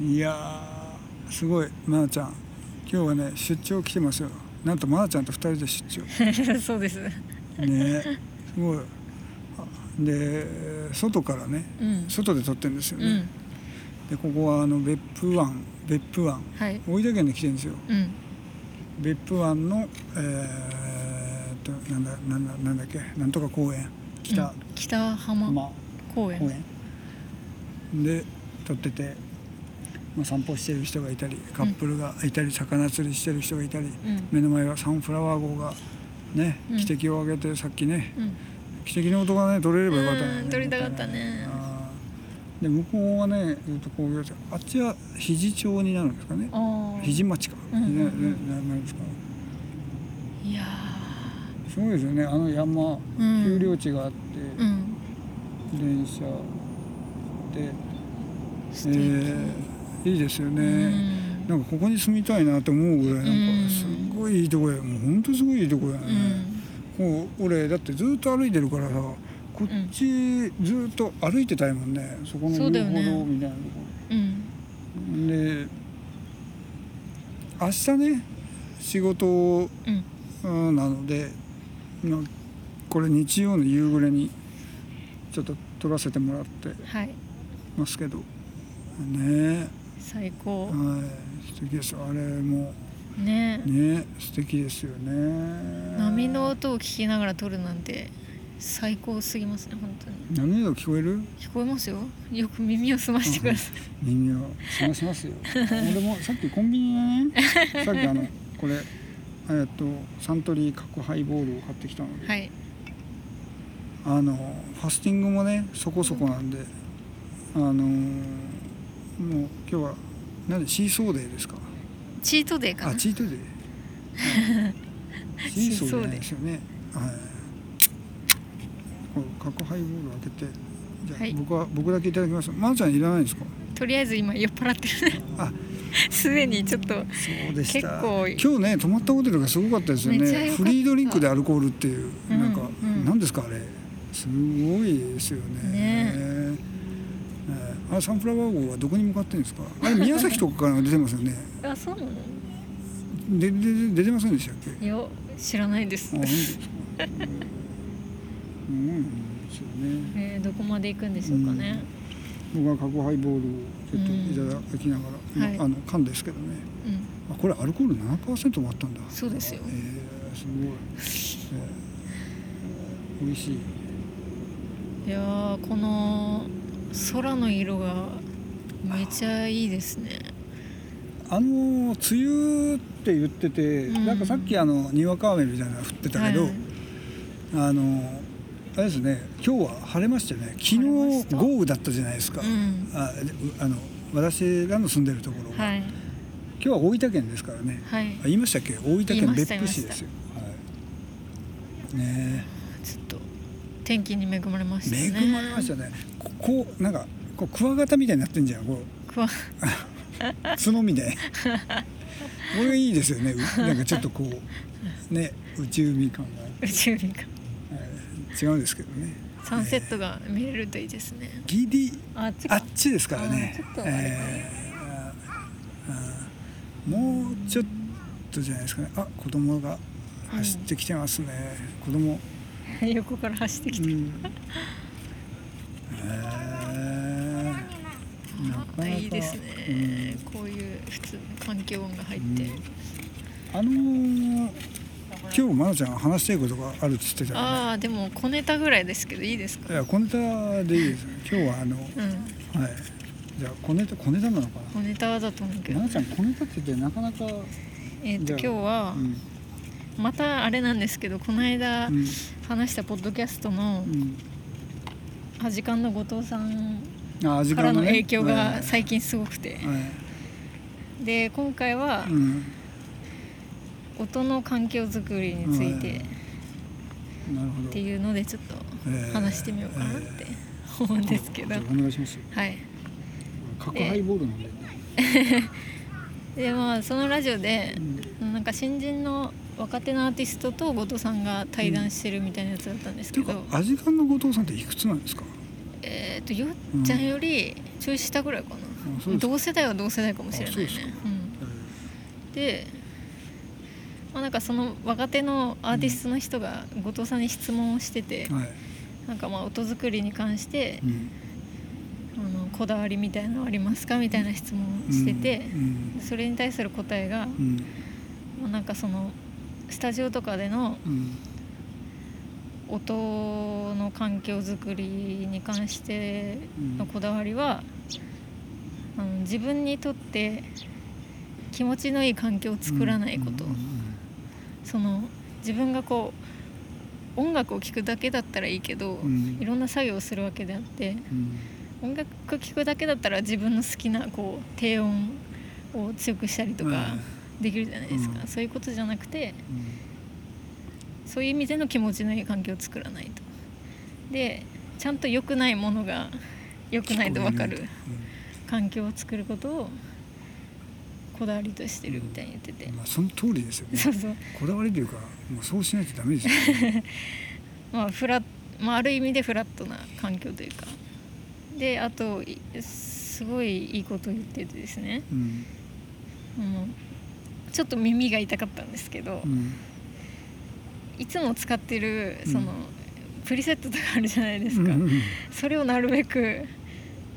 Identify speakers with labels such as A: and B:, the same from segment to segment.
A: いやーすごい愛菜ちゃん今日はね出張来てますよなんと愛菜ちゃんと2人で出 張
B: そうです。
A: ねすごいあで外からね
B: うん。
A: 外で撮ってるんですよ
B: う
A: ね
B: ん、。
A: でここはあの別府湾別府湾
B: はい。
A: 大分県で来てるんですよ
B: うん。
A: 別府湾のえーっとなんだなんだなんだっけなんとか公園北
B: うん、北浜
A: 浜
B: 公園。
A: 公園で撮ってて、まあ、散歩してる人がいたりカップルがいたり、魚釣りしてる人がいたり
B: うん。
A: 目の前はサンフラワー号がね
B: うん
A: 汽笛を上げてさっきね
B: うん。
A: 汽笛の音がね撮れればよかったのに
B: うん撮りたかったね
A: あーで向こうはねずっと工業地あっちは肘町になるんですかね
B: ああ。
A: 肘町か、
B: うんうんうん
A: ねねなるんですか
B: いや
A: すごいですよねあの山
B: ー。うん。
A: 丘陵地があって、
B: うん。
A: 電車で
B: 素敵。
A: えーいいですよね、
B: うん
A: なんかここに住みたいなと思うぐらいなん
B: うん
A: かすごいいいとこやもうほんとすごいいいとこやね
B: う、ん。
A: もう俺だってずっと歩いてるからさこっちずっと歩いてたいもんねそこの遊
B: そ
A: 歩
B: うだ
A: 道
B: よね
A: みたいなと
B: うん。
A: こ、で明日ね仕事
B: うん。
A: うんなので、まあこれ日曜の夕暮れにちょっと撮らせてもらって
B: はい。
A: ますけどね
B: 最高。
A: はい、素敵です。あれも
B: ね。
A: ね、素敵ですよね。
B: 波の音を聞きながら撮るなんて。最高すぎますね。本当に。
A: 波の音聞こえる？
B: 聞こえますよ。よく耳を澄ましてください。
A: 耳を澄まします よ。俺もさっきコンビニでね、さっきあのこれえっとサントリー角ハイボールを買ってきたので、
B: はい。
A: あのファスティングもねそこそこなんで、あのもう今日は何シーソーデーですか？
B: チートデーか
A: あ
B: な。
A: チートデー。 シーソーじゃないですよね。はい。こう角ハイボールを開けて、じゃあ、
B: はい
A: 僕は僕だけいただきます。まー、ちゃんいらないですか。
B: とりあえず今酔っ払ってる。
A: あ、
B: すでにちょっと。
A: そうでした。
B: 結構
A: 今日ね泊まったホテルがすごかったですよ
B: めっちゃ良か
A: ね。
B: った
A: フリードリンクでアルコールっていう、
B: うん
A: なんか、
B: うん
A: なんですかあれ。すごいですよね。
B: ね
A: えーあサンフラワー号はどこに向かってるんですか。あれ宮崎とかから出てますよね。
B: あ、そうなの。
A: ででで出てませんでしたっけ。
B: いや、知らないです
A: あ。本当ですか。うん、うんですよね。
B: えー、どこまで行くんでしょうかね。
A: 僕は過去ハイボールをちょっといただきなが
B: うん
A: ら、
B: はい
A: まああの缶ですけどね。
B: うん、
A: あこれアルコール7%もあったんだ。
B: そうですよ
A: えー、すごい。えー、美味しい。
B: いやー、この空の色がめちゃいいですね。
A: あの梅雨って言ってて、
B: うん
A: なんかさっきあのにわか雨みたいなの降ってたけど、
B: はい
A: あのあれですね。今日は晴れましたよね。昨日
B: 晴れました
A: 豪雨だったじゃないですか。
B: うん、
A: あであの私らの住んでるところが、
B: はい、
A: 今日は大分県ですからね
B: はい
A: あ、言いましたっけ大分
B: 言い
A: 県
B: まし
A: 別
B: た
A: 府市ですよ、はい、ね
B: ちょっと天気に恵まれまし
A: え
B: たね。
A: 恵まれましたねここうなんかこうクワガタみたいになってんじゃんこ う
B: くわ
A: 角みたい なこれいいですよねうなんかちょっとこう ね内海感が、
B: 宇宙人が
A: はい違うんですけどね
B: サンセットが見れるといいですね。
A: ギリ
B: あっち
A: あ
B: か
A: っ。ちですからね。
B: あーちょっとあれかな
A: ーあーもうちょっとじゃないですかね。あ、子供が走ってきてますね。子供。
B: 横から走ってき
A: う
B: て。
A: ん。えーな
B: あ
A: かなか
B: いいですね。こういう普通の環境音が入って。
A: うんあのー今日まなちゃん話したいことがあるって言ってたよね。
B: ああ、でも小ネタぐらいですけど、いいです
A: い
B: か。
A: や小ネタでいいです。今日はあの、
B: うん、
A: はい。じゃあ小ネタ小ネタなのか
B: 小ネタだと思うけ
A: な。ま
B: ど
A: な。ちゃん小ネタって言ってなかなか。
B: えっと、
A: じ
B: 今日
A: ゃあ
B: は。
A: うん。
B: またあれなんですけどこの間
A: うん
B: 話したポッドキャストの
A: うん。
B: 「アジカン」の後藤さん
A: あ味
B: からの
A: ね
B: 影響
A: は
B: が
A: い
B: 最近すごくて
A: はい
B: で今回は
A: うん、
B: 音の環境づくりについて
A: なるほど。
B: っていうのでちょっと話してみようかなって思うんですけど
A: じゃあお願いしますよ。
B: はい
A: 角ハイボールなんで、ね。
B: でまあそのラジオで
A: うん
B: なんか新人の若手のアーティストと後藤さんが対談してるみたいなやつだったんです
A: て
B: け
A: いうか
B: ど、
A: アジカンの後藤さんっていくつなんですか。
B: えっとよっちゃんよりちょい下ぐらいかな
A: あそうですか
B: 同世代は同世代かもしれない
A: あ
B: ね
A: そうですか
B: うんで、まあ、なんかその若手のアーティストの人が後藤さんに質問をしてて、
A: はい、
B: なんかまあ音作りに関して
A: う、ん、
B: あのこだわりみたいなのありますかみたいな質問をしてて
A: う、ん
B: それに対する答えが、
A: うん
B: まあ、なんかそのスタジオとかでの
A: うん
B: 音の環境づくりに関してのこだわりは、あの自分にとって気持ちのいい環境を作らないこと、
A: うん
B: その自分がこう音楽を聴くだけだったらいいけど、
A: うん
B: いろんな作業をするわけであって
A: うん
B: 音楽聴くだけだったら自分の好きなこう低音を強くしたりとか
A: は
B: できるじゃないですか、
A: うん
B: そういうことじゃなくて
A: うんうん
B: そういう意味での気持ちのいい環境を作らないと。でちゃんと良くないものが良くないと分かる環境を作ることをこだわりとしてるみたいに言ってて、
A: うんまあ、その通りですよね
B: そうそう
A: こだわりというかもうそうしないとダメですよね、
B: まあフラッまあ、ある意味でフラットな環境というかであといすごいいいこと言っててですね
A: うん
B: もうちょっと耳が痛かったんですけど、
A: うん
B: いつも使ってるその、
A: うん
B: プリセットとかあるじゃないです
A: うん
B: か、それをなるべく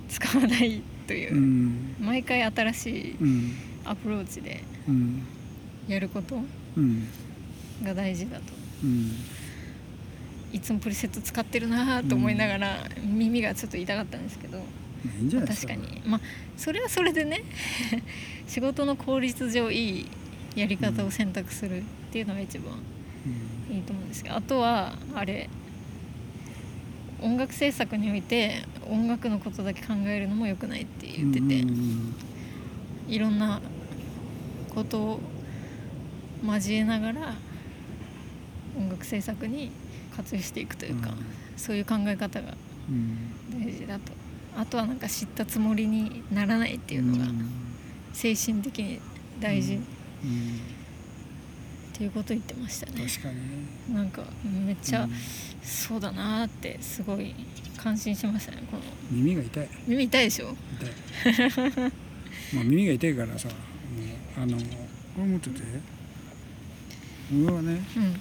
B: 使わないというう、
A: ん
B: 毎回新しい
A: うん
B: アプローチで
A: うん
B: やること
A: うん
B: が大事だと
A: うん
B: いつもプリセット使ってるなぁと思いながら、耳がちょっと痛かったんですけど、
A: いいんじゃないです
B: 確
A: か
B: かにまあそれはそれでね 仕事の効率上いいやり方を選択するっていうのが一番
A: うん
B: いいと思うんですけどあとはあれ音楽制作において音楽のことだけ考えるのも良くないって言ってて、
A: うん
B: いろんなことを交えながら音楽制作に活用していくというか、そういう考え方が
A: うん
B: 大事だとあとはなんか知ったつもりにならないっていうのが
A: ん
B: 精神的に大事っ
A: うん
B: ていうことを言ってましたね、
A: 確かにね
B: なんかめっちゃ、
A: うん
B: そうだなーってすごい感心しましたねこの
A: 耳が痛い
B: 耳痛いでしょ
A: 痛い まあ耳が痛いからさもうあのこれ持ってて俺はね
B: うん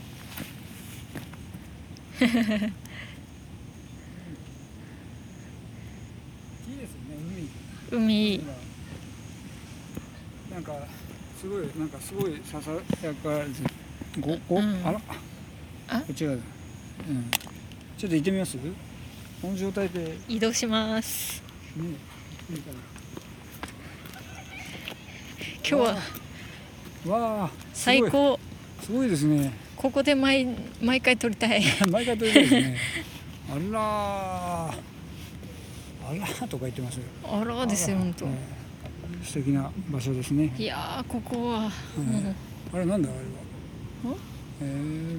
A: いいですよね海
B: 海
A: なんかすごいなんかすごいささやかれてごご、
B: うん
A: あら
B: あ
A: こっちらだうんちょっと行ってみますこの状態でね
B: 移動します
A: いいか
B: 今日は
A: なわあすごい
B: 最高
A: すごいですね
B: ここで毎毎回撮りたい
A: 毎回撮りたいです ねあらーあらーとか言ってますよ
B: あらですよ
A: あら
B: 本当、
A: ええ素敵な場所ですね
B: いやーここはもう、
A: うんあれなんだあれは
B: ん
A: えー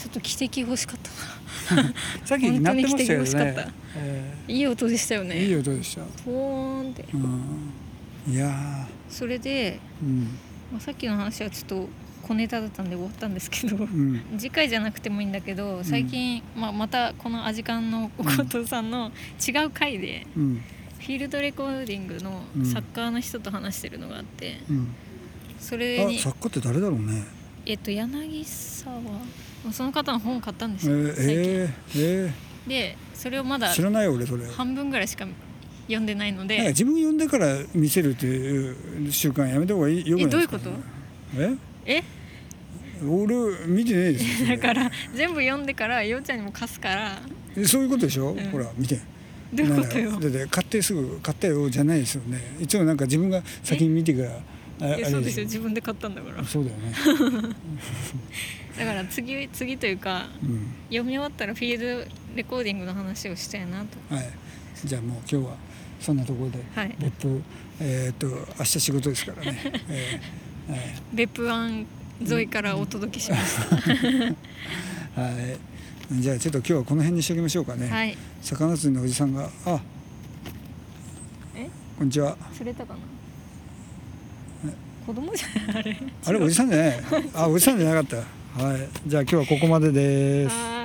B: ちょっと汽笛欲しかった
A: さっき鳴ってましたよ
B: 本当に来て欲しかった
A: ね。え
B: ないい音でしたよ
A: ー
B: ね
A: いい音でした。
B: ポーンって
A: うん、いや
B: それで、
A: ー、うん、
B: まあ、さっきの話はちょっと小ネタだったんで終わったんですけど
A: うん、
B: 次回じゃなくてもいいんだけど最近、まあ、またこのアジカンの後藤さんの違う回で
A: うん、
B: フィールドレコーディングの
A: うん
B: 作家の人と話してるのがあって
A: うん。
B: それ
A: あ、
B: に、
A: 作家って誰だろうね。
B: えっと、柳沢その方の本買ったんで
A: え
B: すよ、
A: ー、
B: 最近
A: えー、
B: でそれをま
A: えー、
B: だ
A: 知らないよ俺それ。なんか
B: 半分ぐらいしか読んでないので
A: 自分呼んでから見せるっていう習慣やめた方がいいよくないですか、
B: えどういう
A: え、
B: え
A: 俺見てないですよ。それ
B: だから全部読んでからようちゃんにも貸すから
A: えそういうことでしょ。
B: ん
A: ほら見て。
B: どういうこと
A: な
B: よ
A: んだだって買ってすぐ買ったよじゃないですよね。いつもなんか自分が先に見てから。あ
B: いやそうで
A: あ
B: すよ
A: れ
B: 自分で買ったんだから
A: そうだよね。
B: だから次次というか
A: うん。
B: 読み終わったらフィールドレコーディングの話をしたいなと
A: はい、じゃあもう今日はそんなところで、
B: はい
A: 別府、えー、と明日仕事ですから ね、え
B: 別府湾沿いからお届けしまし
A: ーはい、じゃあちょっと今日はこの辺にしておきましょうかね、
B: たはい
A: 魚釣りのおじさんが「あ
B: え
A: こんにちは
B: 釣れたかな子供じゃないあれ」
A: あれおじさんじゃないあおじさんじゃなかった、はい、じゃあ今日はここまでです。
B: はーい